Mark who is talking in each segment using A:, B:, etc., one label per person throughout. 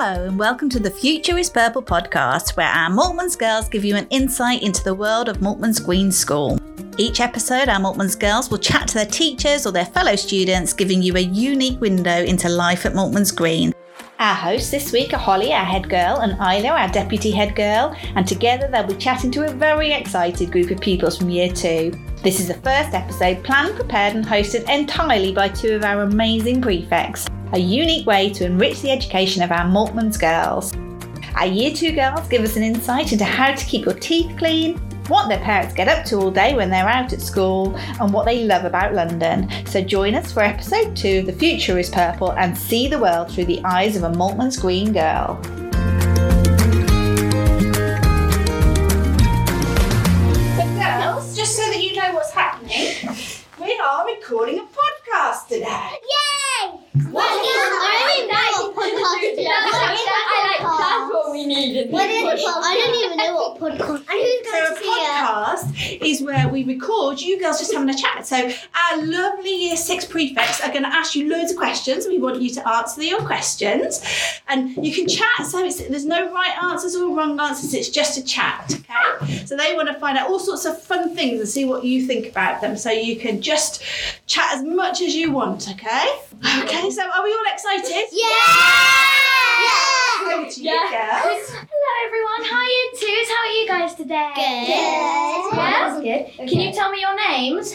A: and welcome to the Future is Purple podcast, where our Maltman's girls give you an insight into the world of Maltman's Green School. Each episode, our Maltman's girls will chat to their teachers or their fellow students, giving you a unique window into life at Maltman's Green. Our hosts this week are Holly, our head girl, and Ilo, our deputy head girl, and together they'll be chatting to a very excited group of pupils from year two. This is the first episode planned, prepared, and hosted entirely by two of our amazing prefects, a unique way to enrich the education of our Maltman's girls. Our year two girls give us an insight into how to keep your teeth clean, what their parents get up to all day when they're out at school, and what they love about London. So join us for episode two of The Future is Purple and see the world through the eyes of a Maltman's Green girl.
B: But girls, just so that you know what's happening, we are recording a podcast today.
C: Yay!
D: What is
C: I
D: what we needed.
C: What is podcast? I don't even know what podcast. And who's
B: So a
D: uh,
B: podcast is where we record you girls just having a chat. So our lovely year six prefects are going to ask you loads of questions. We want you to answer your questions, and you can chat. So it's, there's no right answers or wrong answers. It's just a chat. Okay. So they want to find out all sorts of fun things and see what you think about them. So you can just chat as much as you want. Okay. Okay. So are we all excited?
C: Yeah!
B: Over to you,
D: Yeah.
B: girls.
D: Hello everyone. Hi, you twos. How are you guys today?
C: Good.
D: Yeah. Good. Can you tell me your names?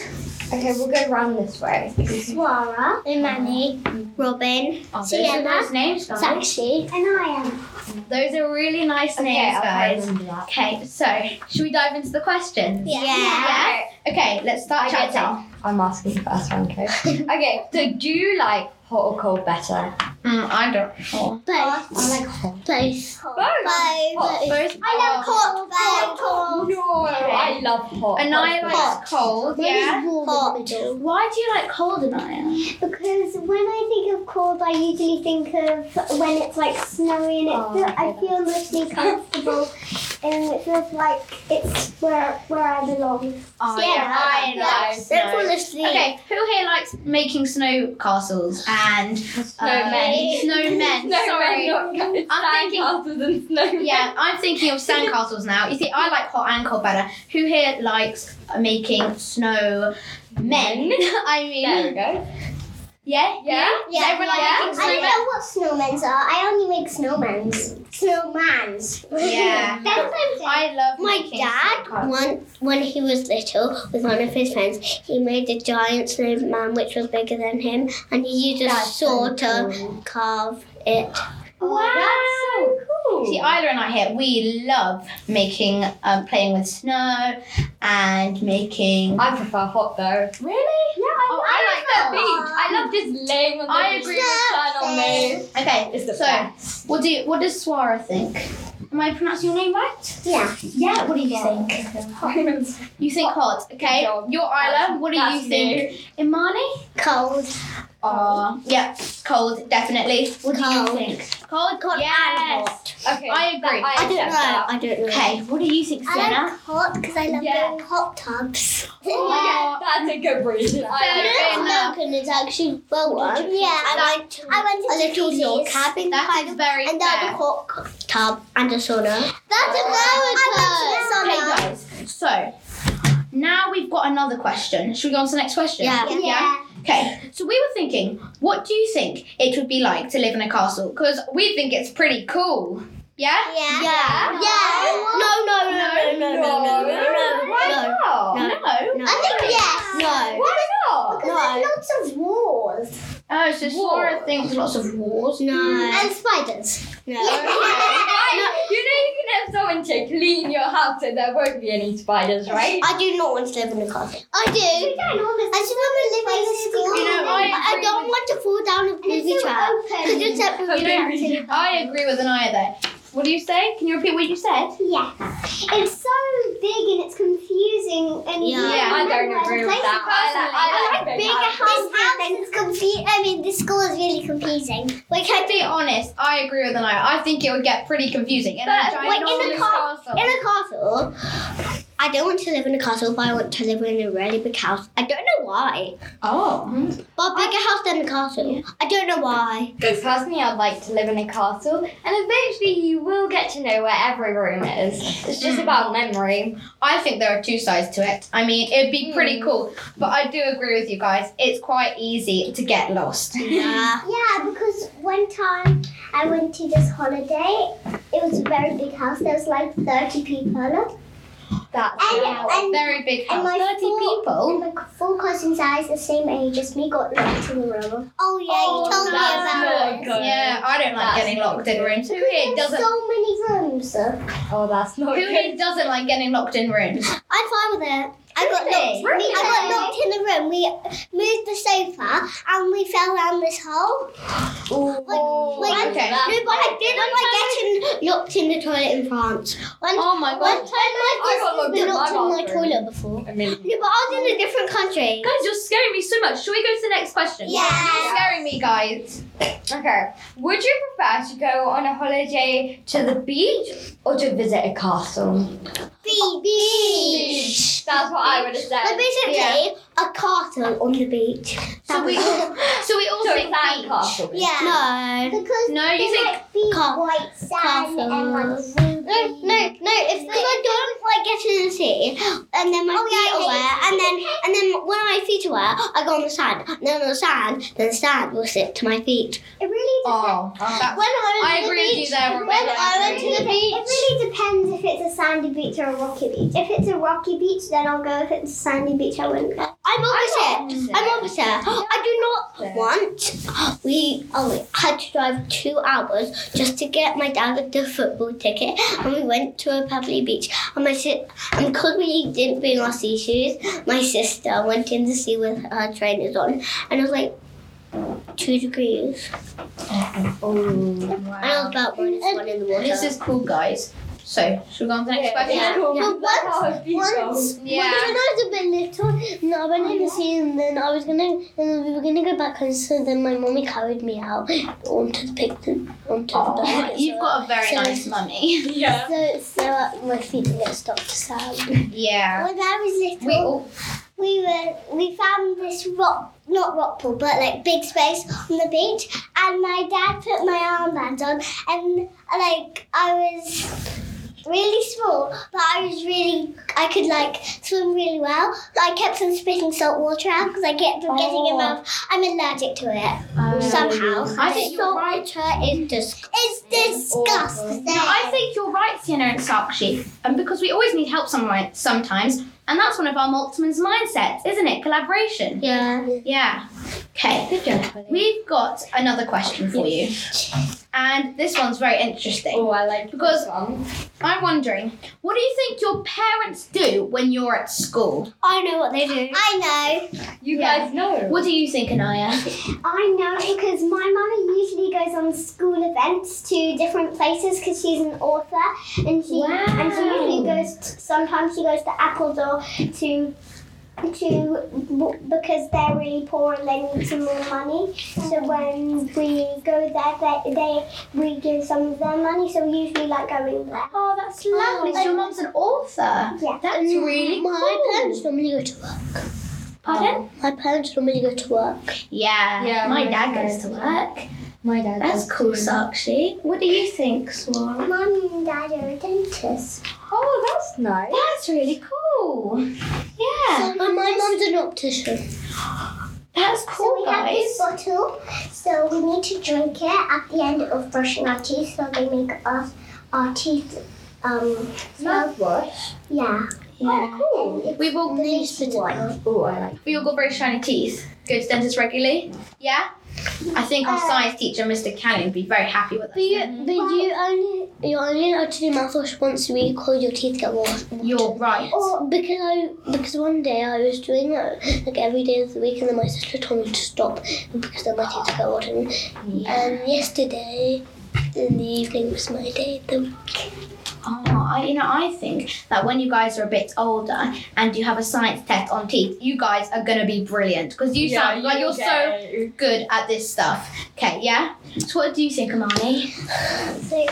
E: Okay, we'll go round this way.
C: Swara, Imani, Robin,
D: Oh,
C: See
D: those are
C: Emma.
D: nice names, guys.
C: Sakshi, and I am.
D: Those are really nice names, guys. Okay, so should we dive into the questions?
C: Yeah.
D: Okay, let's start
E: I get
D: chatting.
E: I'm asking first round, okay? okay, so do you like hot or cold better?
D: Mm, I don't know.
C: Both.
E: like hot.
C: Both.
E: Both.
C: Both.
D: Both.
C: I love cold. I love cold.
E: No, I love hot.
D: And I
E: Hot's
D: like cold. Yeah.
C: Hot.
D: Why do you like cold, Anaya?
C: Because when I think of cold, I usually think of when it's like snowy and it
E: Oh,
C: feel,
E: okay,
C: I feel mostly comfortable and it feels like it's where where I belong.
D: Oh, yeah, I like snow.
C: honestly.
D: Okay, who here likes making snow castles and uh,
E: Snowmen.
D: snowmen.
E: No,
D: sorry.
E: I'm not going
D: I'm thinking-
E: and snowmen.
D: Yeah, I'm thinking of sandcastles now. You see, I like hot and cold better. Who here likes making snow men? I mean,
E: There we go.
D: yeah, yeah. Does
C: Yeah,
D: everyone
C: yeah.
D: like
C: I
D: making
C: don't know what snowmen are. I only make snowmans. Snowmans.
D: Yeah.
C: That's
D: snowmen? I love
C: my
D: making
C: dad
D: sandcastles.
C: once when he was little with one of his friends he made a giant snowman which was bigger than him and he used a saw to carve it
D: Wow.
E: Oh, Cool.
D: See, Isla and I here, we love making, um, playing with snow and making.
E: I prefer hot though.
D: Really?
E: Yeah,
D: Oh, I like the beach.
E: I love just laying on the
D: I
E: beach
D: agree
E: with
C: with
E: sun on me.
D: Okay,
E: It's the
D: so
E: best.
D: what do you, what does Swara think? Am I pronouncing your name right?
C: yeah
D: Yeah. What do you think? You think hot, okay?
E: Job.
D: Your Isla, what do you
E: That's
D: think? Imani?
C: cold
D: Oh, yeah, cold, definitely. What
C: Cold.
D: do you think? Cold,
C: Cold and
D: yes.
E: Okay.
D: I agree.
E: I
C: I don't
E: accept
C: know
E: that.
C: I don't know
D: Okay, what do you think,
C: I
D: Senna?
C: like hot because I love
E: Yeah.
C: going hot tubs
D: Oh,
E: That's a good reason.
D: Fair
E: I
D: enough.
E: agree.
C: American is actually well
E: one.
C: Yeah, I went to, I went to a little your cabin
D: That is very
C: and there's a
D: fair.
C: hot tub and a sauna. That's American.
D: Okay,
C: I went to the sauna.
D: guys, so now we've got another question. Should we go on to the next question?
C: Yeah.
D: yeah. Okay, so we were thinking, what do you think it would be like to live in a castle? Because we think it's pretty cool. Yeah?
C: Yeah.
D: Yeah.
C: No, no, no, no, no, no, no,
D: Why
C: no.
D: not?
C: No.
D: No.
C: I think yes. No.
D: Why not?
C: Because there's lots of walls.
D: Oh, so Sora thinks lots of wars.
C: And spiders. No.
E: Right? You know you can have someone to clean your house so there won't be any spiders, right?
C: I do not want to live in a castle. I do. I just want to live in a school.
D: You know, I
C: I
D: agree
C: don't want to fall down a booby trap. Because it's a
E: A
C: booby trap.
E: baby.
D: I agree with Anaya there. What do you say? Can you repeat what you said?
C: Yeah. It's so big and it's confusing and
D: Yeah.
C: you
D: Yeah,
E: I
C: don't know
E: don't
C: where to
E: agree with
C: place
E: that.
C: it
E: I like, I like
C: bigger houses. This house is confusing. I mean, this school is really confusing.
D: Like, to be honest, I agree with Anaya. I think it would get pretty confusing. In
C: But,
D: a
C: like, in a
D: ginormous
C: car-
D: castle.
C: In a castle,
F: I don't want to live in a castle, but I want to live in a really big house. I don't know why.
B: Oh.
F: But a bigger house than a castle. I don't know why.
E: Personally, I'd like to live in a castle, and eventually you will get to know where every room is. It's
F: Mm.
E: just about memory.
D: I think there are two sides to it. I mean, it'd be pretty cool, but I do agree with you guys. It's quite easy to get lost.
F: Yeah.
C: Yeah, because one time I went to this holiday, it was a very big house. There was like 30 people.
E: That's
F: Oh,
C: And-
E: how-
C: and-
D: Very big
C: and
D: house.
C: my
D: 30
C: thought-
D: people.
C: And my four cousins that is the same age as me got locked in a room.
F: Oh yeah,
C: Oh,
F: you told me
C: that's
F: about
E: not
F: it.
E: good.
D: Yeah, I don't like
E: That's
D: getting
E: not
D: locked in
E: good.
D: rooms. Who here
C: There's
D: doesn't?
C: so many rooms.
E: Oh, that's not
D: Who
E: good.
D: here doesn't like getting locked in rooms?
F: I'm fine with it. I got
E: Really?
F: locked.
C: Really?
F: I got locked in the room. We moved the sofa and we fell down this hole.
D: Oh,
F: Like,
D: okay.
F: No, but I didn't like getting locked in the toilet in France. One,
E: Oh my
F: one
E: god.
F: time my
E: I got
F: cousin's
E: locked
F: been
E: in my
F: locked in my
E: bathroom.
F: toilet before.
E: I mean,
F: No, but I was in a different country.
E: guys, you're scaring me so much. Should we go to the next question?
D: You're scaring me, guys.
E: Okay. Would you prefer to go on a holiday to the beach or to visit a castle?
F: Beach. Beach.
E: That's what I would have
F: But
E: said.
F: basically, a castle on the beach.
D: So we, so we all
E: So
D: think
E: sand
D: beach.
E: castle.
F: Yeah. No.
C: Because
D: No, you
C: there
D: think
C: might be
F: Ca-
C: white sand and
F: castles.
C: like ruby.
F: No, no, no. If because I don't like getting in the sea, and then my
C: Oh,
F: feet
C: yeah,
F: are
C: yeah,
F: wet, and then and then when my feet are wet, I go on the sand. And then on the sand, then the sand will sit to my feet.
C: It really
D: Oh,
F: When
D: that's,
F: I
D: I agree with you there, Rebecca.
F: when I
C: It
F: went to the
C: really-
F: beach,
C: It really depends if it's a sandy beach or a rocky beach. If it's a rocky beach, then I'll go. If it's a sandy beach, I wouldn't go.
F: I'm opposite. I'm opposite. I do not want. We oh, had to drive two hours just to get my dad the football ticket, and we went to a pebbly beach. And my si- and because we didn't bring our sea shoes, my sister went in the sea with her trainers on, and it was like two degrees,
C: Oh,
F: and I was about minus one in the water.
D: this is cool, guys. So, should we go on to the next question?
F: Yeah.
C: But once, once,
D: Yeah.
C: when I was a bit little, no, I went in the sea and then I was gonna, and we were gonna go back home. So then my mummy carried me out onto the picnic, onto the bed.
D: You've got a very
C: So-
D: nice mummy.
E: Yeah.
C: So, so uh, my feet didn't get stuck to sand.
D: Yeah.
C: When I was little,
D: We all
C: we were we found this rock not rock pool but like big space on the beach and my dad put my armband on and like I was really small but I was really I could like swim really well but I kept on spitting salt water out because I kept on getting in my I'm allergic to it
E: Oh.
C: somehow
D: I think you're
C: Salt
D: right.
C: water is disgusting it's disgusting
D: No, I think you're right, Sienna and Sakshi. And because we always need help some- sometimes, and that's one of our Maltzman's mindsets, isn't it? Collaboration.
F: yeah.
D: Yeah. Okay. We've got another question for you. And this one's very interesting.
E: Oh, I like
D: Because-
E: this one.
D: I'm wondering, what do you think your parents do when you're at school?
F: I know what they do.
C: I know
E: You
D: Yeah.
E: guys know.
D: What do you think, Anaya?
C: I know because my mummy usually goes on school events to different places because she's an author and she and she usually goes. To, sometimes she goes to Appledore to to w- because they're really poor and they need some more money. So when we go there, they, they we give some of their money. So we usually like going there.
D: Oh, that's lovely. So your mum's an author.
C: Yeah.
D: That's really
F: my
D: cool.
F: parents normally go to work.
D: Pardon?
F: My parents normally go to work.
D: Yeah.
E: Yeah,
D: my,
E: my
D: dad goes
E: parents
D: to
E: do.
D: work.
E: My dad.
D: That's cool, Sakshi. What do you think, Swan?
C: Mum and dad are a dentist.
E: Oh, that's nice.
D: That's really cool. Yeah,
F: And my mum's an optician.
D: that's
C: So
D: cool,
C: we have
D: guys.
C: this bottle, so we need to drink it at the end of brushing our teeth, so they make us our teeth. Um,
E: Mouthwash.
C: yeah.
F: Oh,
D: Yeah.
C: Cool.
D: We've all
E: Oh, I like.
D: we all got very shiny teeth. Go to dentists regularly. Yeah. I think our
C: Uh,
D: science teacher, Mr. Canning, would be very happy with us.
F: But you, but you only, you're only allowed to do mouthwash once a week, or your teeth get washed.
D: You're right.
C: Oh.
F: Because I, because one day I was doing it like every day of the week, and then my sister told me to stop because then my teeth got rotten.
C: uh,
F: And um, yesterday in the evening was my day. of The
D: Oh, I, you know, I think that when you guys are a bit older and you have a science test on teeth, you guys are gonna be brilliant because you sound like you're so good at this stuff. Okay, yeah. So what do you think, Amani?
C: So,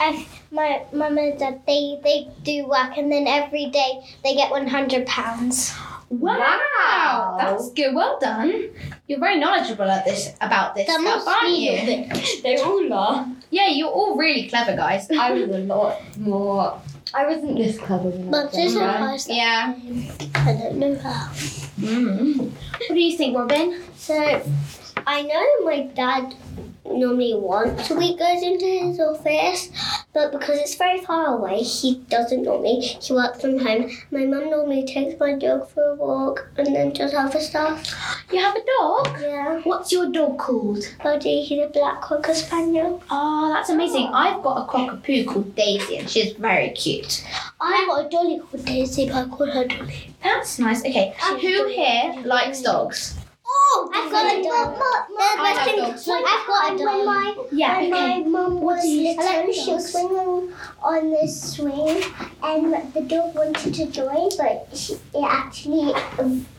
C: I, my mum and dad they they do work, and then every day they get one hundred pounds.
D: Wow.
E: Wow.
D: That's good. Well done. You're very knowledgeable at this about this
C: They're
D: stuff,
C: not
D: aren't
C: real,
D: you?
C: but
E: They all are.
D: Yeah, you're all really clever guys.
E: I was a lot more. I wasn't this clever when I
C: but
E: was
C: this is
E: younger.
C: how I start.
D: Yeah. Hmm.
C: I don't know how.
D: What do you think, Robin?
C: So I know my dad normally once a week goes into his office, but because it's very far away, he doesn't normally. He works from home. My mum normally takes my dog for a walk and then does other stuff.
D: You have a dog?
C: Yeah.
D: What's your dog called?
C: Buddy, he's a black cocker spaniel.
D: Oh, that's amazing. I've got a cockapoo called Daisy and she's very cute.
C: I got a dolly called Daisy, but I call her Dolly.
D: That's nice. Okay.
C: Uh,
D: Who here likes dogs?
C: Oh, I've got a dog.
D: I have dogs.
C: I've got a dog. When my
D: Yeah,
C: And
D: okay.
C: my mum was
E: do you
C: little,
E: tell
C: she was
E: dogs?
C: swinging on the swing, and the dog wanted to join, but she, it actually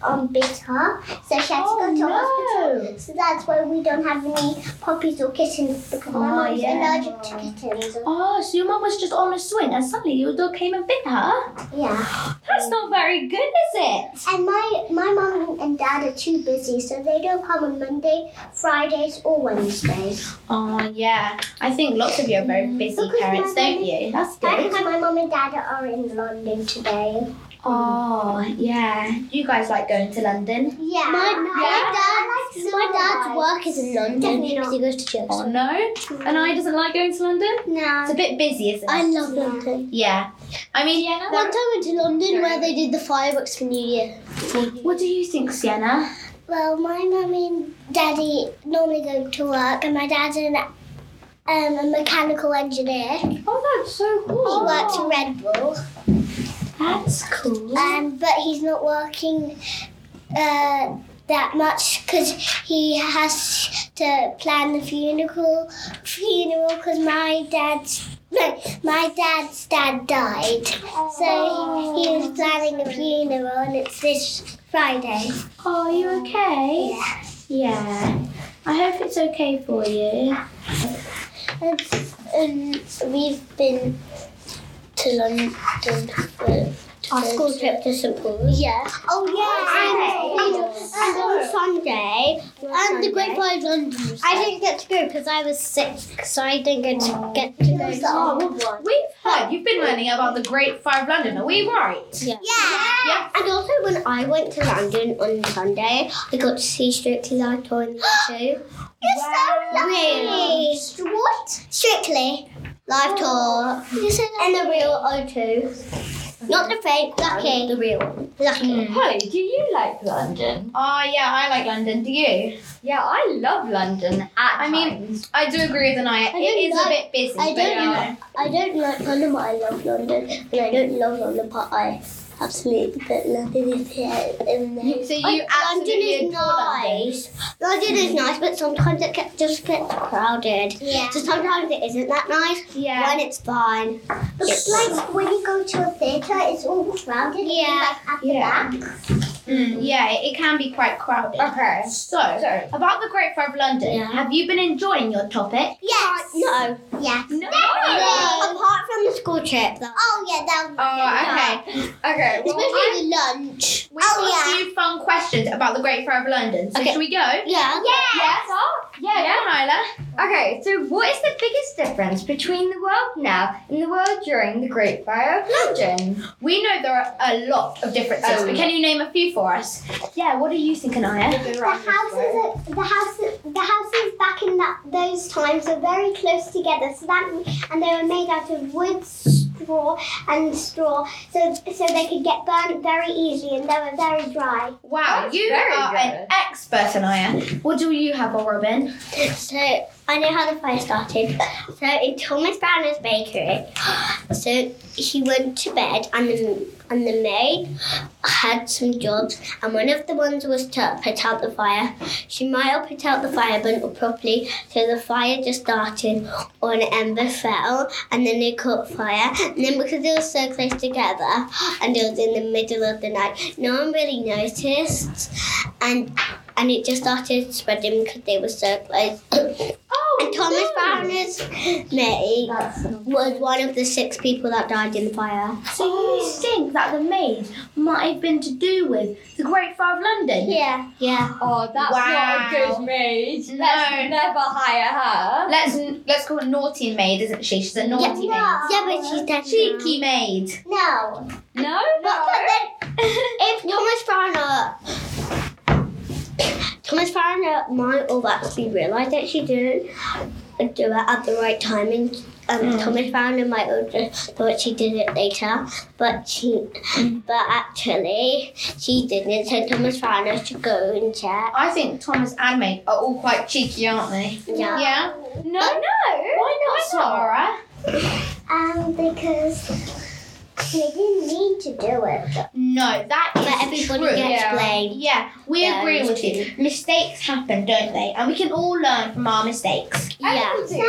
C: um, bit her, so she had to go to
D: Oh,
C: hospital. So that's why we don't have any puppies or kittens because my
D: Oh,
C: mum's
D: yeah.
C: allergic to kittens.
D: Oh, so your mum was just on a swing and suddenly your dog came and bit her?
C: Yeah,
D: That's not very good, is it?
C: and my my mum and dad are too busy, so they don't come on Monday, Fridays, or Wednesdays.
D: Oh, yeah. I think lots of you are very busy
C: Because
D: parents,
C: my mum-
D: don't you? That's
C: That's
D: good.
C: why my mum and dad are in London today.
D: Oh, yeah. You guys like going to London?
C: Yeah. My, dad's, my dad's work is in London because he goes to church.
D: Oh, no. And I doesn't like going to London? It's
C: No.
D: a bit busy, isn't it?
C: I love London.
D: yeah. I mean,
C: One time I went to London where they did the fireworks for New Year.
D: what do you think, Sienna?
C: Well, my mummy and daddy normally go to work, and my dad's an, um, a mechanical engineer.
D: Oh, that's so cool.
C: He works for Red Bull,
D: That's cool.
C: um, but he's not working uh, that much because he has to plan the funeral. Funeral because my dad's no, my dad's dad died, so he was planning a funeral, and it's this Friday.
D: Oh, are you okay?
C: Yeah.
D: Yeah. I hope it's okay for you.
C: And, and we've been to London for our school trip to St Paul's. Yeah. Oh yeah. And, on Sunday, and the Great Pride of London. I didn't get to go because I was sick, so I didn't get to get to go.
D: We've heard you've been learning about the Great Five London, are we right?
C: Yeah. And also, when I went to London on Sunday, I got to see Strictly Live on too. You're
D: Ah,
C: so lucky. What? Oh. Strictly Live Tour. and the real O2. Not the fake. Lucky. Um, the real one. Lucky.
E: Hey, do you like London?
D: Oh, yeah, I like London. Do you?
E: Yeah, I love London. At
D: I mean,
E: times.
D: I do agree with Anaya. It
C: don't
D: is a
C: like-
D: bit busy,
C: I
D: but uh, you
C: don't
D: know.
C: I don't like London, but I love London. And I don't love London, but I absolutely but London is here in there.
D: So you
C: Like,
D: absolutely
C: London is
D: adore London.
C: nice. London is nice, but sometimes it get, just gets crowded. Yeah. So sometimes it isn't that nice.
D: Yeah.
C: When it's fine. It's like when you go to a theatre, it's all crowded. Yeah.
D: Yeah. Mm, yeah, it, it can be quite crowded.
E: Okay.
D: So, about the Great Five London,
C: Yeah.
D: have you been enjoying your topic?
C: Yes. No. Yes.
D: No.
C: Apart from the school trip, though. Oh yeah, that was
D: Oh, okay.
E: Okay. Well, I,
C: Especially the lunch.
D: We've got a few fun questions about the Great Five London. So,
C: Okay.
D: should we go? Yeah,
C: Yeah.
E: yes.
D: yeah.
E: Okay. So, what is the biggest difference between the world now and the world during the Great Fire of London?
D: We know there are a lot of differences,
E: Oh.
D: but can you name a few for us? Yeah, what do you think, Anaya?
C: The houses, the houses, the houses back in that, those times were very close together. So that, and they were made out of wood, straw, and straw, so so they could get burnt very easily, and they were very dry.
D: Wow,
E: That's
D: you
E: very
D: are an
E: good.
D: expert, Anaya. What do you have, oh, Robin?
C: So I know how the fire started. So in Thomas Browner's bakery, so he went to bed and the, and the maid had some jobs and one of the ones was to put out the fire. She might have put out the fire but not properly, so the fire just started or an ember fell and then it caught fire. And then because it was so close together and it was in the middle of the night, no one really noticed and and it just started spreading because they were so close.
D: Oh,
C: And Thomas Barnes mate was one of the six people that died in the fire.
D: So you think that the maid might have been to do with the Great Fire of London?
C: Yeah. Yeah.
E: Oh, that's
B: Wow.
E: not a good maid.
D: No.
E: Let's never hire her.
D: Let's let's call her naughty maid, isn't she? She's a naughty
C: Yeah, but she's
D: maid.
C: dead.
D: Cheeky maid.
C: No.
E: No?
C: But, but then, if Thomas Farner, Thomas Farner might have actually realised that she didn't do it at the right time, and um, Thomas Farner might have just thought she did it later, but she, but actually she didn't. So Thomas Farner should go and check.
D: I think Thomas and maid are all quite cheeky, aren't they?
C: Yeah.
D: Yeah.
E: No, no.
D: Why not, Sarah?
C: Um, because they didn't need to do it.
D: No, that is
C: But everybody
D: true.
C: gets
E: yeah.
C: blamed.
D: Yeah, we
C: Yeah,
D: agree
C: it's
D: with you. Mistakes happen, don't they? And we can all learn from our mistakes.
C: Yeah.
E: Some,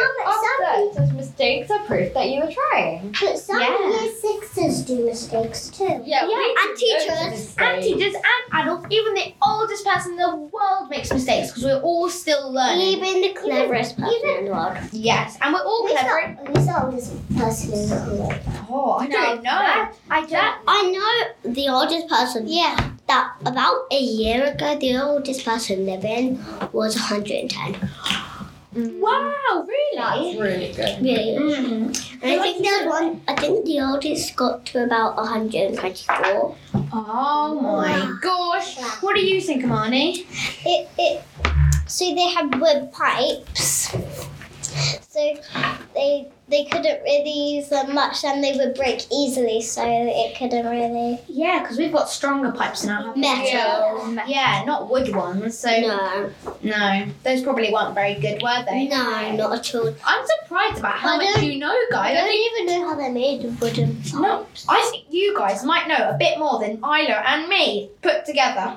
E: those mistakes are proof that you were trying.
C: But some
D: Yeah.
C: year sixes do mistakes too.
E: Yeah,
C: and teachers.
D: And teachers and adults, even the oldest person in the world makes mistakes because we're all still learning.
C: Even the cleverest person in the world.
D: Yes, and we're all clever.
C: Who's the oldest person in the world?
D: Oh, I don't know. I don't.
C: Uh, I know the oldest person. Yeah. That about a year ago, the oldest person living was 110.
D: wow, really?
E: really good.
C: Really?
D: Mhm.
C: And I think there's one. I think the oldest got to about 124.
D: Oh my gosh. What do you think, Amani?
C: It it. So they had wood pipes. So they they couldn't really use them much, and they would break easily. So it couldn't really.
D: Yeah, because we've got stronger pipes now. haven't we?
C: Metal.
D: Yeah, not wood ones. So
C: No,
D: no, those probably weren't very good, were they?
C: no, not at all.
D: I'm surprised about how
C: I
D: much
C: don't-
D: you know, guys.
C: I don't even know how they're made of wooden.
D: No, I think you guys might know a bit more than Isla and me put together.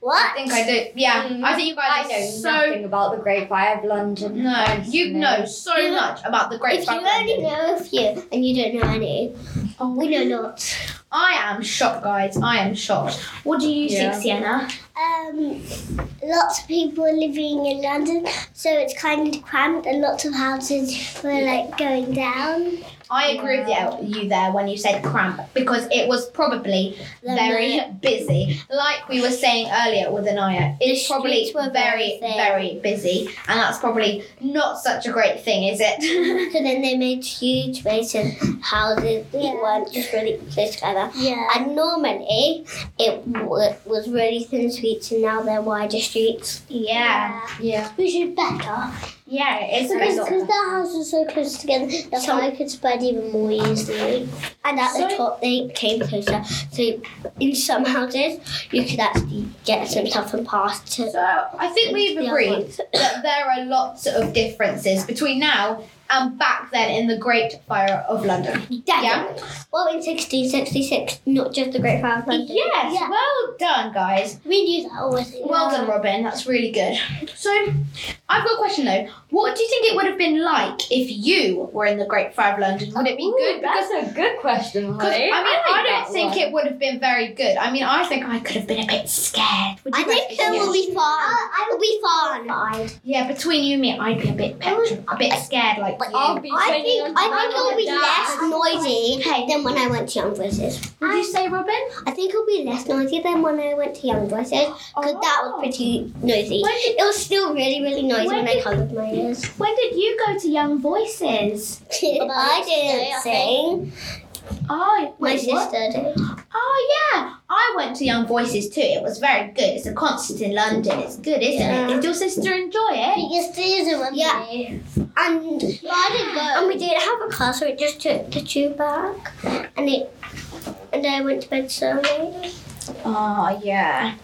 C: What?
D: I think I do. Yeah,
E: Mm.
D: I think you guys
E: I
D: are
E: know
D: so.
E: nothing about the Great Fire of London.
D: No, you know so
C: You-
D: much about the Great
C: If you
D: Fire.
C: only know a few and you don't know any, we know lots.
D: I am shocked, guys. I am shocked. What do you
E: Yeah.
D: think, Sienna?
C: Um, lots of people are living in London, so it's kind of cramped, and lots of houses were like going down.
D: I agree with you, you there when you said cramp because it was probably
C: The
D: very
C: night-
D: busy. Like we were saying earlier with Anaya, it's
C: The
D: probably
C: streets were
D: very,
C: very thin.
D: very busy, and that's probably not such a great thing, is it?
C: So then they made huge mason houses that weren't just really close together. Yeah. And normally it w- was really thin streets, and now they're wider streets.
D: yeah,
E: Yeah.
C: Which is better.
D: yeah, it's a
C: Because
D: bit.
C: because their houses are so close together, the fire could spread even more easily. And at the
D: So-
C: top, they came closer. So in some houses, you could actually get some stuff and pass to.
D: So I think we've
C: The other
D: agreed
C: ones.
D: that there are lots of differences between now and back then in the Great Fire of London.
C: Definitely. Well, in 1666, not just the Great Fire of London.
D: Yes,
C: Yeah.
D: well done, guys.
C: We knew that already.
D: Well done, Robin. That's really good. So I've got a question though. What do you think it would have been like if you were in the Great Fire of London? Would it be good? Because
E: That's a good question,
D: because, I
E: Holly.
D: mean, I, don't think
E: it.
D: it would have been very good. I mean, I think I could have been a bit scared. Would
C: I
D: you guys be
C: think it will
D: scared?
C: be fun. It'll be fun.
D: Yeah, between you and me, I'd be a bit petrified, a bit scared like
C: But
D: you.
E: I'll be
C: I
E: training
C: think
E: on
C: I
E: time
C: think it'll be
E: with that.
C: less noisy than when I went to Young Voices.
D: Would you say, Robin?
C: I think it'll be less noisy than when I went to Young Voices. Because that was pretty noisy.
D: Oh. When
C: It was still really, really noisy
D: When
C: when, I covered my ears.
D: Oh, When did you go to Young Voices?
C: I didn't sing.
D: Oh,
C: My
D: wait, what?
C: sister did.
D: Oh yeah, I went to Young Voices too. It was very good. It's a concert in London. It's good, isn't it?
C: Yeah.
D: Did your sister enjoy it?
C: Your sister was Yeah. And I didn't go. And we didn't have a car, so it just took the tube back. And it and I went to bed so late.
D: Oh yeah.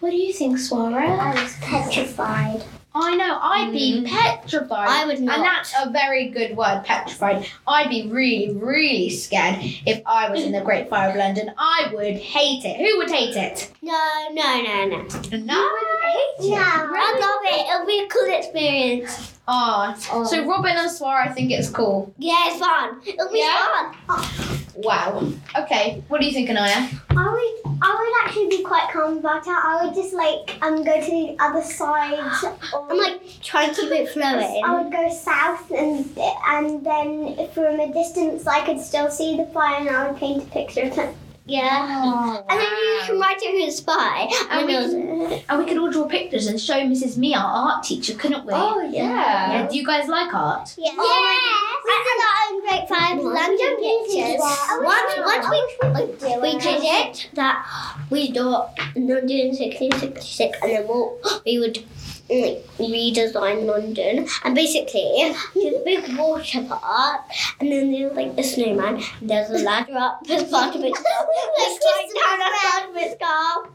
D: What do you think, Swara?
C: I was petrified.
D: I know. I'd be petrified.
C: Mm. I would not.
D: And that's a very good word, petrified. I'd be really, really scared if I was in the Great Fire of London. I would hate it. Who would hate it?
C: No, no, no, no.
D: No.
C: No, I love it. It'll be a cool experience.
D: Oh, so Robin and Swara think it's cool.
C: Yeah, it's fun. It'll be
D: Yeah?
C: fun.
D: Wow. Okay. What do you think, Anaya?
C: I would, I would actually be quite calm about it. I would just like um go to the other side. I'm like try and keep it flowing.
G: I would go south, and and then from a distance, I could still see the fire, and I would paint a picture of it.
C: Yeah. And then you can write it with a spy.
D: Oh, And we
C: And
D: And we could all draw pictures and show Mrs. Me, our art teacher, couldn't we?
C: Oh,
E: yeah.
D: Yeah, do you guys like art?
G: Yeah.
C: We did our own great five random pictures. Once, once we, we did it, that we got 166 and then we'll, we would like, redesign London. And basically, there's a big water park, and then there's like a snowman, and there's a ladder up as part of its scarf. There's like down as part of its scarf. and,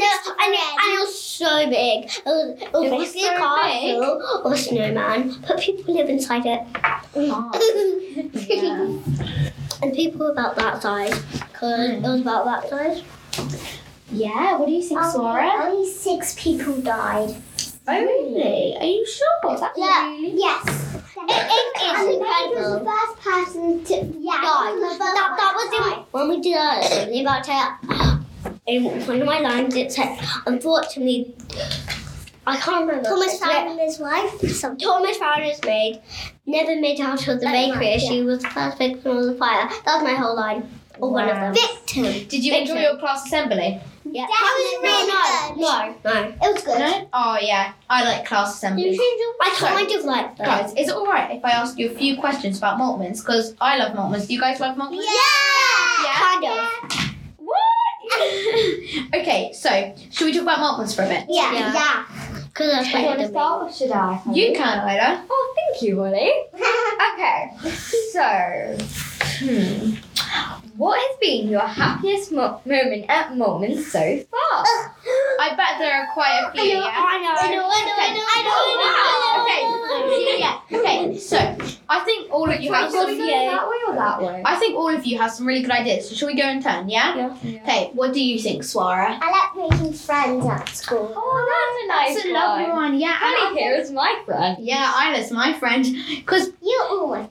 C: there, and, it, and it was so big. It was, it was,
E: It was
C: basically a
E: so big.
C: castle of a snowman, but people live inside it.
E: Oh.
C: and people were about that size, because it was about that size.
E: Hmm.
C: Um,
E: Yeah, what do you think, Sora?
G: Only six people died.
E: Only? Are you sure? That's
G: Yeah.
E: really
G: Yes. and the
C: it is
G: maid was
C: incredible.
G: the first person to yeah.
C: Guys,
G: the first
C: That, that was
G: one to
C: in, when we did our assembly about it. In one of my lines, it said, unfortunately, I can't remember.
G: Thomas
C: It's where-
G: Farrell and his wife. Something.
C: Thomas Farrow's maid never made out of the
G: That's
C: bakery.
G: right,
C: She was the first victim of the fire. That's my whole line. Or one of them.
G: Victim.
D: Did you
C: Big
D: enjoy
C: time.
D: your class assembly?
C: Yeah.
G: That was really good.
C: No, no.
G: It was good.
D: No? Oh, yeah. I like class assembly.
C: I kind of like that.
D: Guys, is it alright if I ask you a few questions about Maltmans? Because I love Maltmans. Do you guys love Maltmans?
G: Yeah.
D: Yeah.
C: Kind of.
D: Okay, so, should we talk about Maltmans for a bit?
G: Yeah.
C: Yeah.
G: Yeah.
C: Because that's
E: Do you
C: like
E: want to
C: the
E: start or should I?
D: You can, Ida.
E: Oh, thank you, Ollie. Okay, so, hmm, what has been your happiest mo- moment at moment so far?
D: I bet there are quite a few, Oh, yeah?
E: I know.
D: Okay. Oh, wow. Okay. Yeah. Okay. So I think all of you have
E: Do you want
D: some.
E: to go that way or that way?
D: I think all of you have some really good ideas. So shall we go in turn? Yeah. Okay. What do you think, Swara?
G: I like making friends at school.
E: Oh, that's a nice
D: That's a
E: one.
D: lovely one. Yeah. and I
E: Coming here is my friend.
D: think- Yeah, Isla's my friend. Cause
G: You're always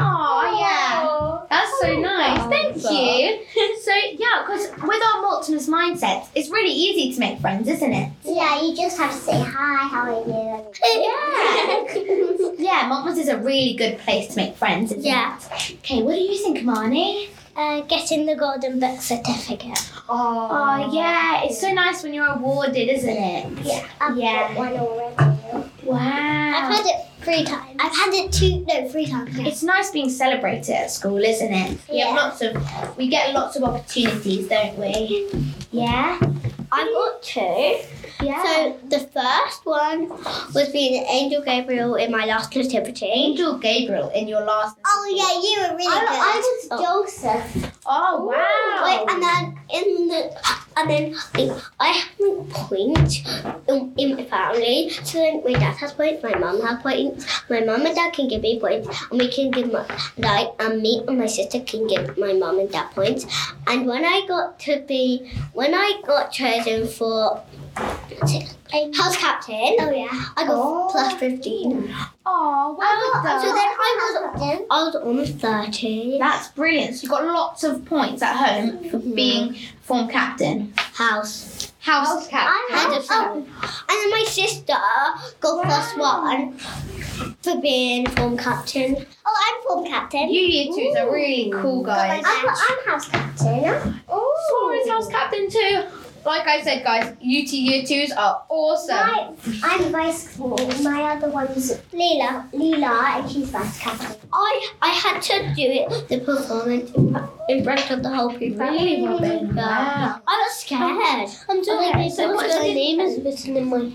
D: oh yeah, that's so nice.
E: wow.
D: Thank you. so yeah, cause with our Maltmus mindset, it's really easy to make friends, isn't it?
G: Yeah, you just have to say hi, how are you?
D: Yeah. Yeah, Maltmus is a really good place to make friends. Isn't
C: Yeah.
D: It? Okay. What do you think, Marnie?
G: Uh, getting the golden book certificate.
E: Oh,
D: Oh yeah, it's so nice when you're awarded, isn't it?
G: I've
D: Yeah.
G: got one already. I've
D: Wow.
G: had it three times. I've had it two, no, three times. now.
D: It's nice being celebrated at school, isn't it? We have
G: Yeah.
D: lots of we get lots of opportunities, don't we?
G: Yeah.
C: I've got two.
G: Yeah.
C: So the first one was being Angel Gabriel in my last nativity.
D: Angel Gabriel in your last
G: oh yeah, you were really
C: I-
G: good.
C: I
G: was Joseph.
D: Oh wow.
C: Wait, and then in the and then like, I haven't point in, in my family. So then my dad has points, my mum has points, my mum and dad can give me points, and we can give my like and me and my sister can give my mum and dad points. And when I got to be when I got chosen for house captain,
G: Oh yeah.
C: I got plus fifteen.
D: Oh well done.
C: So then I was
G: Captain.
C: I was almost thirty.
D: That's brilliant. So you got lots of points at home for being form captain.
C: House.
D: House captain.
C: Head of seven. And then my sister got plus one for being form captain.
G: Oh, I'm form captain.
D: You year twos are really cool guys.
G: I'm, I'm house captain.
D: Sora's house captain too. Like I said, guys, UT year twos are awesome.
G: My, I'm vice captain. My other one's Leela. Leela, and she's vice captain.
C: I I had to do it the performance in fr- in front of the whole people.
D: Oh, Really, Robin? Wow.
C: I was scared.
G: I'm doing
C: Okay, so what's your name
G: is written in my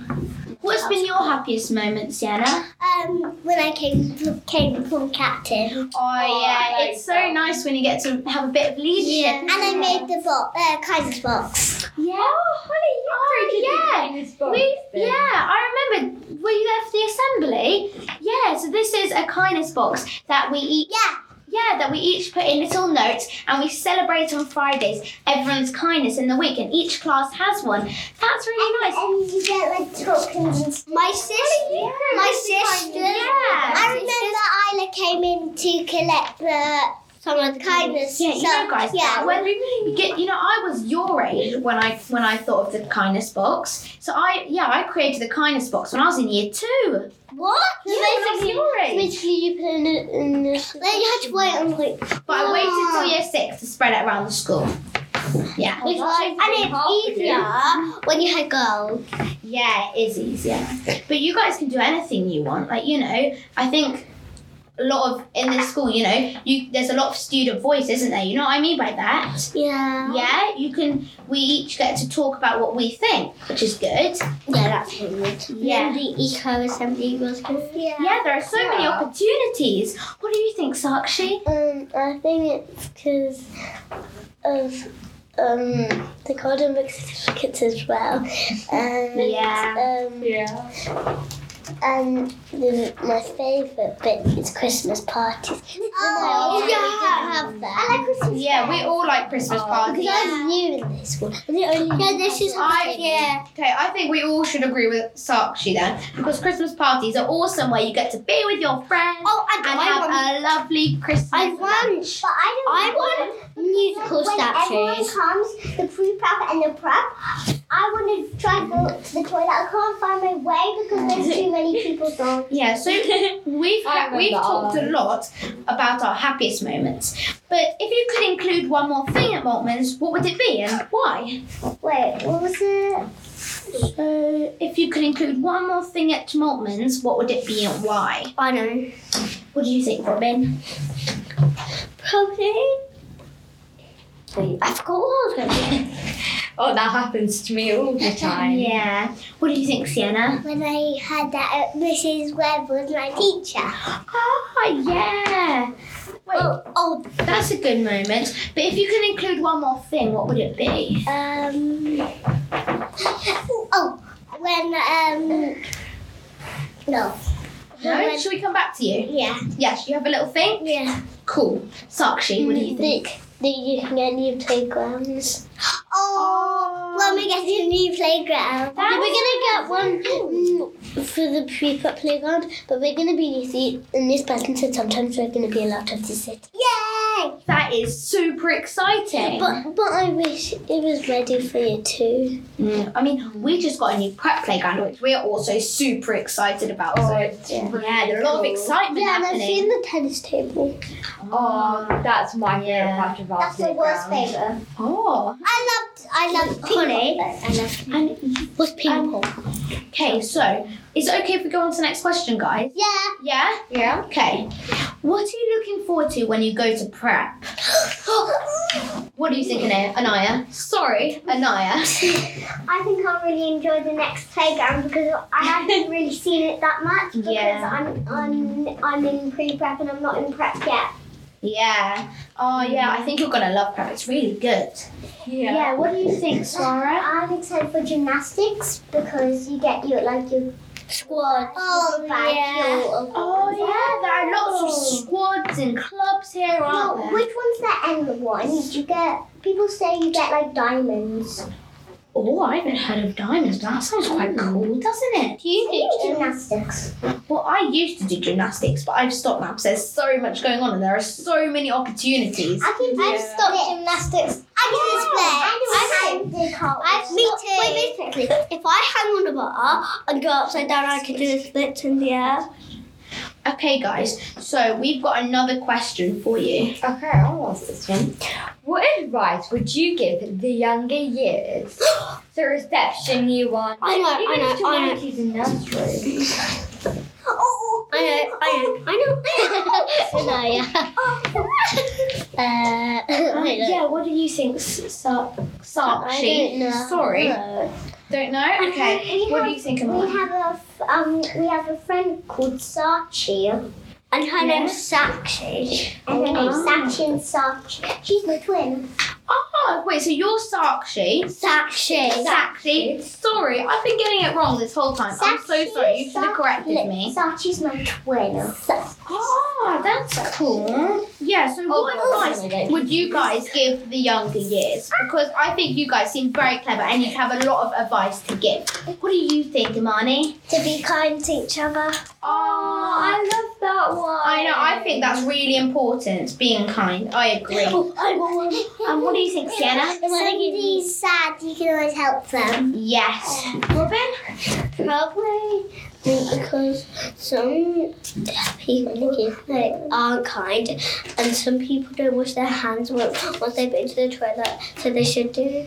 D: What's been your happiest moment, Sienna?
G: Um, when I came came from captain,
D: Oh, yeah, it's so nice when you get to have a bit of leadership.
G: and I made the bo- uh, Kaiser's box.
D: Yeah. Oh, honey, you're oh, yeah. We, yeah, I remember. Were you there for the assembly? Yeah. So this is a kindness box that we eat.
G: Yeah.
D: Yeah, that we each put in little notes and we celebrate on Fridays everyone's kindness in the week, and each class has one. That's
C: Oh,
D: really nice.
G: And you get like tokens and stuff.
C: My sister. My sister.
G: I remember Isla came in to collect the
C: someone kindness.
D: Yeah, you
C: so,
D: know, guys.
C: yeah.
D: When you get, you know, I was your age when I when I thought of the kindness box. So I, yeah, I created the kindness box when I was in year two.
C: What?
D: Yeah, when I was your age.
C: Basically, you put in a, in a then you had to wait on like
D: But I waited
C: Wow.
D: until year six to spread it around the school. Yeah.
C: which and it's easier when you had girls.
D: Yeah, it is easier. But you guys can do anything you want. Like, you know, I think a lot of in this school, you know, you there's a lot of student voice, isn't there? You know what I mean by that?
C: Yeah.
D: Yeah, you can we each get to talk about what we think, which is good.
C: Yeah, that's really good.
D: Yeah.
C: And the eco assembly was good.
D: Yeah, there are so many
E: Yeah.
D: opportunities. What do you think, Sakshi?
C: Um, I think it's because of um the golden book certificates as well. And,
D: Yeah.
C: Um,
E: Yeah.
C: and the, my favourite bit is Christmas parties.
F: Oh,
C: we don't have that.
F: I like Christmas.
D: Yeah, we all like Christmas parties.
C: Because I'm new in this one. I'm the only
F: Yeah, this is
D: I yeah. Okay, I think we all should agree with Sakshi then, because Christmas parties are awesome where you get to be with your friends
F: Oh,
D: and have a lovely Christmas.
C: I won.
F: But I don't.
C: I want musical
F: when everyone
C: statues.
F: comes, the pre-prep and the prep, I want to try to go to the toilet. I can't find my way because there's too many people. So
D: Yeah, so we've
E: I remember
D: we've talked a
E: ours.
D: lot about our happiest moments, but if you could include one more thing at Maltman's, what would it be and why?
F: wait, what was it?
D: So, if you could include one more thing at Maltman's, what would it be and why?
C: I know.
D: What do you think, Robin?
C: Probably. I forgot what I was going to do.
E: Oh, that happens to me all the time.
D: Yeah. What do you think, Sienna?
F: When I had that at Mrs. Webb was my teacher.
D: Oh yeah. Wait,
F: oh.
D: that's a good moment. But if you could include one more thing, what would it be?
F: Um. Oh, when um. No.
D: No, should we come back to you?
F: Yeah.
D: Yes, you have a little thing.
F: Yeah.
D: Cool. Sakshi, what do
C: Mm,
D: you think?
F: The, the you can get new playgrounds. Oh, when we get a new playground.
C: Yeah, we're gonna get one mm, for the pre-prep playground, but we're gonna be lazy. And this person said sometimes we're gonna be allowed to sit.
F: Yay!
D: That is super exciting.
C: But but I wish it was ready for you too.
D: Mm, I mean, we just got a new prep playground, which we're also super excited about. so
E: yeah.
D: Oh, yeah, there's a lot of excitement
C: Oh, Yeah, and I've
D: happening.
C: seen the tennis table.
E: Oh, that's my
D: Yeah.
E: favorite part of our
F: That's the worst favourite.
E: playground.
D: Oh,
F: I loved, I loved Connie.
D: and um,
C: Was ping pong?
D: okay. So, is it okay if we go on to the next question, guys?
F: Yeah.
D: Yeah.
E: Yeah.
D: Okay. What are you looking forward to when you go to prep? what are you thinking, Anaya? Sorry, Anaya.
F: I think I'll really enjoy the next playground because I haven't really seen it that much because
D: Yeah.
F: I'm, I'm, I'm in pre-prep and I'm not in prep yet.
D: yeah. Oh, yeah. I think you're gonna love prep. It's really good.
E: Yeah.
D: What do you think, Sarah?
F: I'm excited for gymnastics because you get your like your
C: Squad.
F: oh
C: yeah.
D: Oh yeah, there are lots of squads and clubs here,
F: No,
D: aren't there?
F: which one's the end one? You get people say you get like diamonds.
D: Oh, I haven't heard of diamonds. That sounds quite cool, doesn't it?
C: Do you
F: You do
C: think
F: gymnastics.
D: Well, I used to do gymnastics, but I've stopped now because there's so much going on and there are so many opportunities.
F: I can do
C: I've stopped gymnastics? I
F: I
C: can
F: can explain.
C: I've
F: I've
C: me
F: stopped-
C: too.
F: Wait, wait, wait.
C: If I hang on a bar and go upside down, I can do a split in the air.
D: Okay, guys, so we've got another question for you.
E: Okay, I want this one. What advice would you give the younger years? the reception year one.
C: I know, I
E: Even
C: know,
E: if
C: I know.
E: humanities and nursery.
F: Oh,
C: I know, I know, I know. I know, yeah. uh, I know.
D: Um, yeah, what do you think, Sark?
C: I don't know.
D: Sorry.
C: No.
D: Don't know? Okay.
F: We
D: What do
F: have-
D: you think
F: we
D: about
F: have a f- um we have a friend called Sachi, and
C: And her name's Sakshi.
F: her name's Sachi and Sachi. She's my twin.
D: Oh, wait, so you're Sakshi.
C: Sakshi.
D: Exactly. Sorry, I've been getting it wrong this whole time. I'm so sorry. You should have corrected me.
F: Sachi's my twin. Sa-
D: Oh, that's Oh, cool. Yeah, so what advice would you guys give the younger years? Because I think you guys seem very clever and you have a lot of advice to give. What do you think, Imani?
F: To be kind to each other.
D: Oh,
E: I love that that one.
D: I know, I think that's really important, being kind. I agree.
C: Oh, I want one.
E: And what do you think, Sienna?
C: If somebody's sad, you can always help them.
E: Yes.
C: Probably because some people like, aren't kind, and some people don't wash their hands once once they've been to the toilet, so they should do.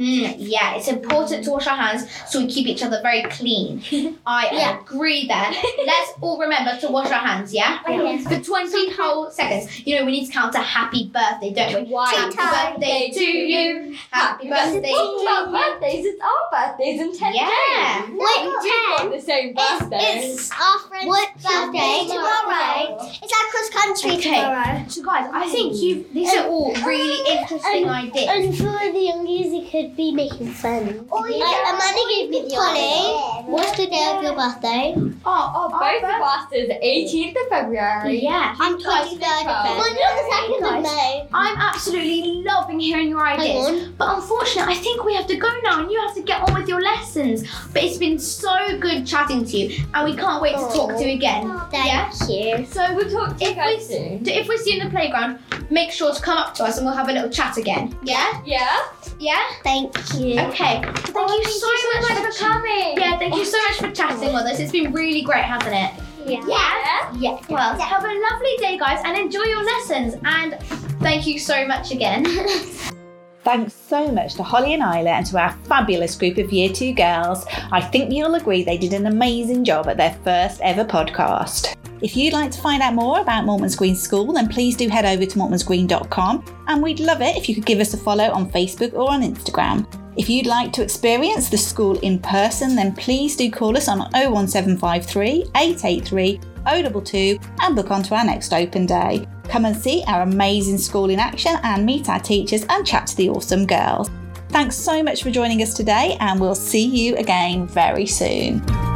D: Mm, yeah, it's important to wash our hands so we keep each other very clean. I
C: Yeah.
D: agree there. Let's all remember to wash our hands, Oh, yeah?
C: Yeah.
D: For 20 whole seconds. You know, we need to count a happy birthday, don't we? Happy
C: Time.
D: birthday to you. Happy birthday to
E: It's
D: you.
E: not birthdays, it's our birthdays in 10
D: Yeah.
E: days.
C: Wait,
E: We've got the same
C: It's,
E: birthday.
C: it's our friend's birthday tomorrow. It's our cross country
D: Okay.
C: tomorrow.
D: So guys, I think you these are all really interesting ideas.
C: for the young years, you could be making friends. Or you like, Amanda gave me the Polly. What's the day of your birthday?
E: Oh, oh, both of us is 18th of February.
D: Yeah.
C: I'm
E: guys
C: 23rd of
E: are
C: Well, you're the 2nd of May.
D: I'm absolutely loving hearing your
C: Hang
D: ideas.
C: on.
D: But unfortunately, I think we have to go now and you have to get on with your lessons. But it's been so good chatting to you and we can't wait to talk to you again.
C: Thank you.
E: So we'll talk to you guys soon.
D: So if we see you in the playground, make sure to come up to us and we'll have a little chat again. Yeah?
E: Yeah?
D: Yeah?
C: Thank you.
D: Okay. Thank you so much for coming.
E: coming.
D: Yeah, thank you so much for chatting with us. It's been really great, hasn't it?
E: Yeah.
D: Yeah. Well, have a lovely day, guys, and enjoy your lessons. And thank you so much again.
A: Thanks so much to Holly and Isla and to our fabulous group of Year 2 girls. I think you'll agree they did an amazing job at their first ever podcast. If you'd like to find out more about Mortman's Green School, then please do head over to mortmansgreen.com and we'd love it if you could give us a follow on Facebook or on Instagram. If you'd like to experience the school in person, then please do call us on 01753 883 022 and book onto our next open day. Come and see our amazing school in action and meet our teachers and chat to the awesome girls. Thanks so much for joining us today, and we'll see you again very soon.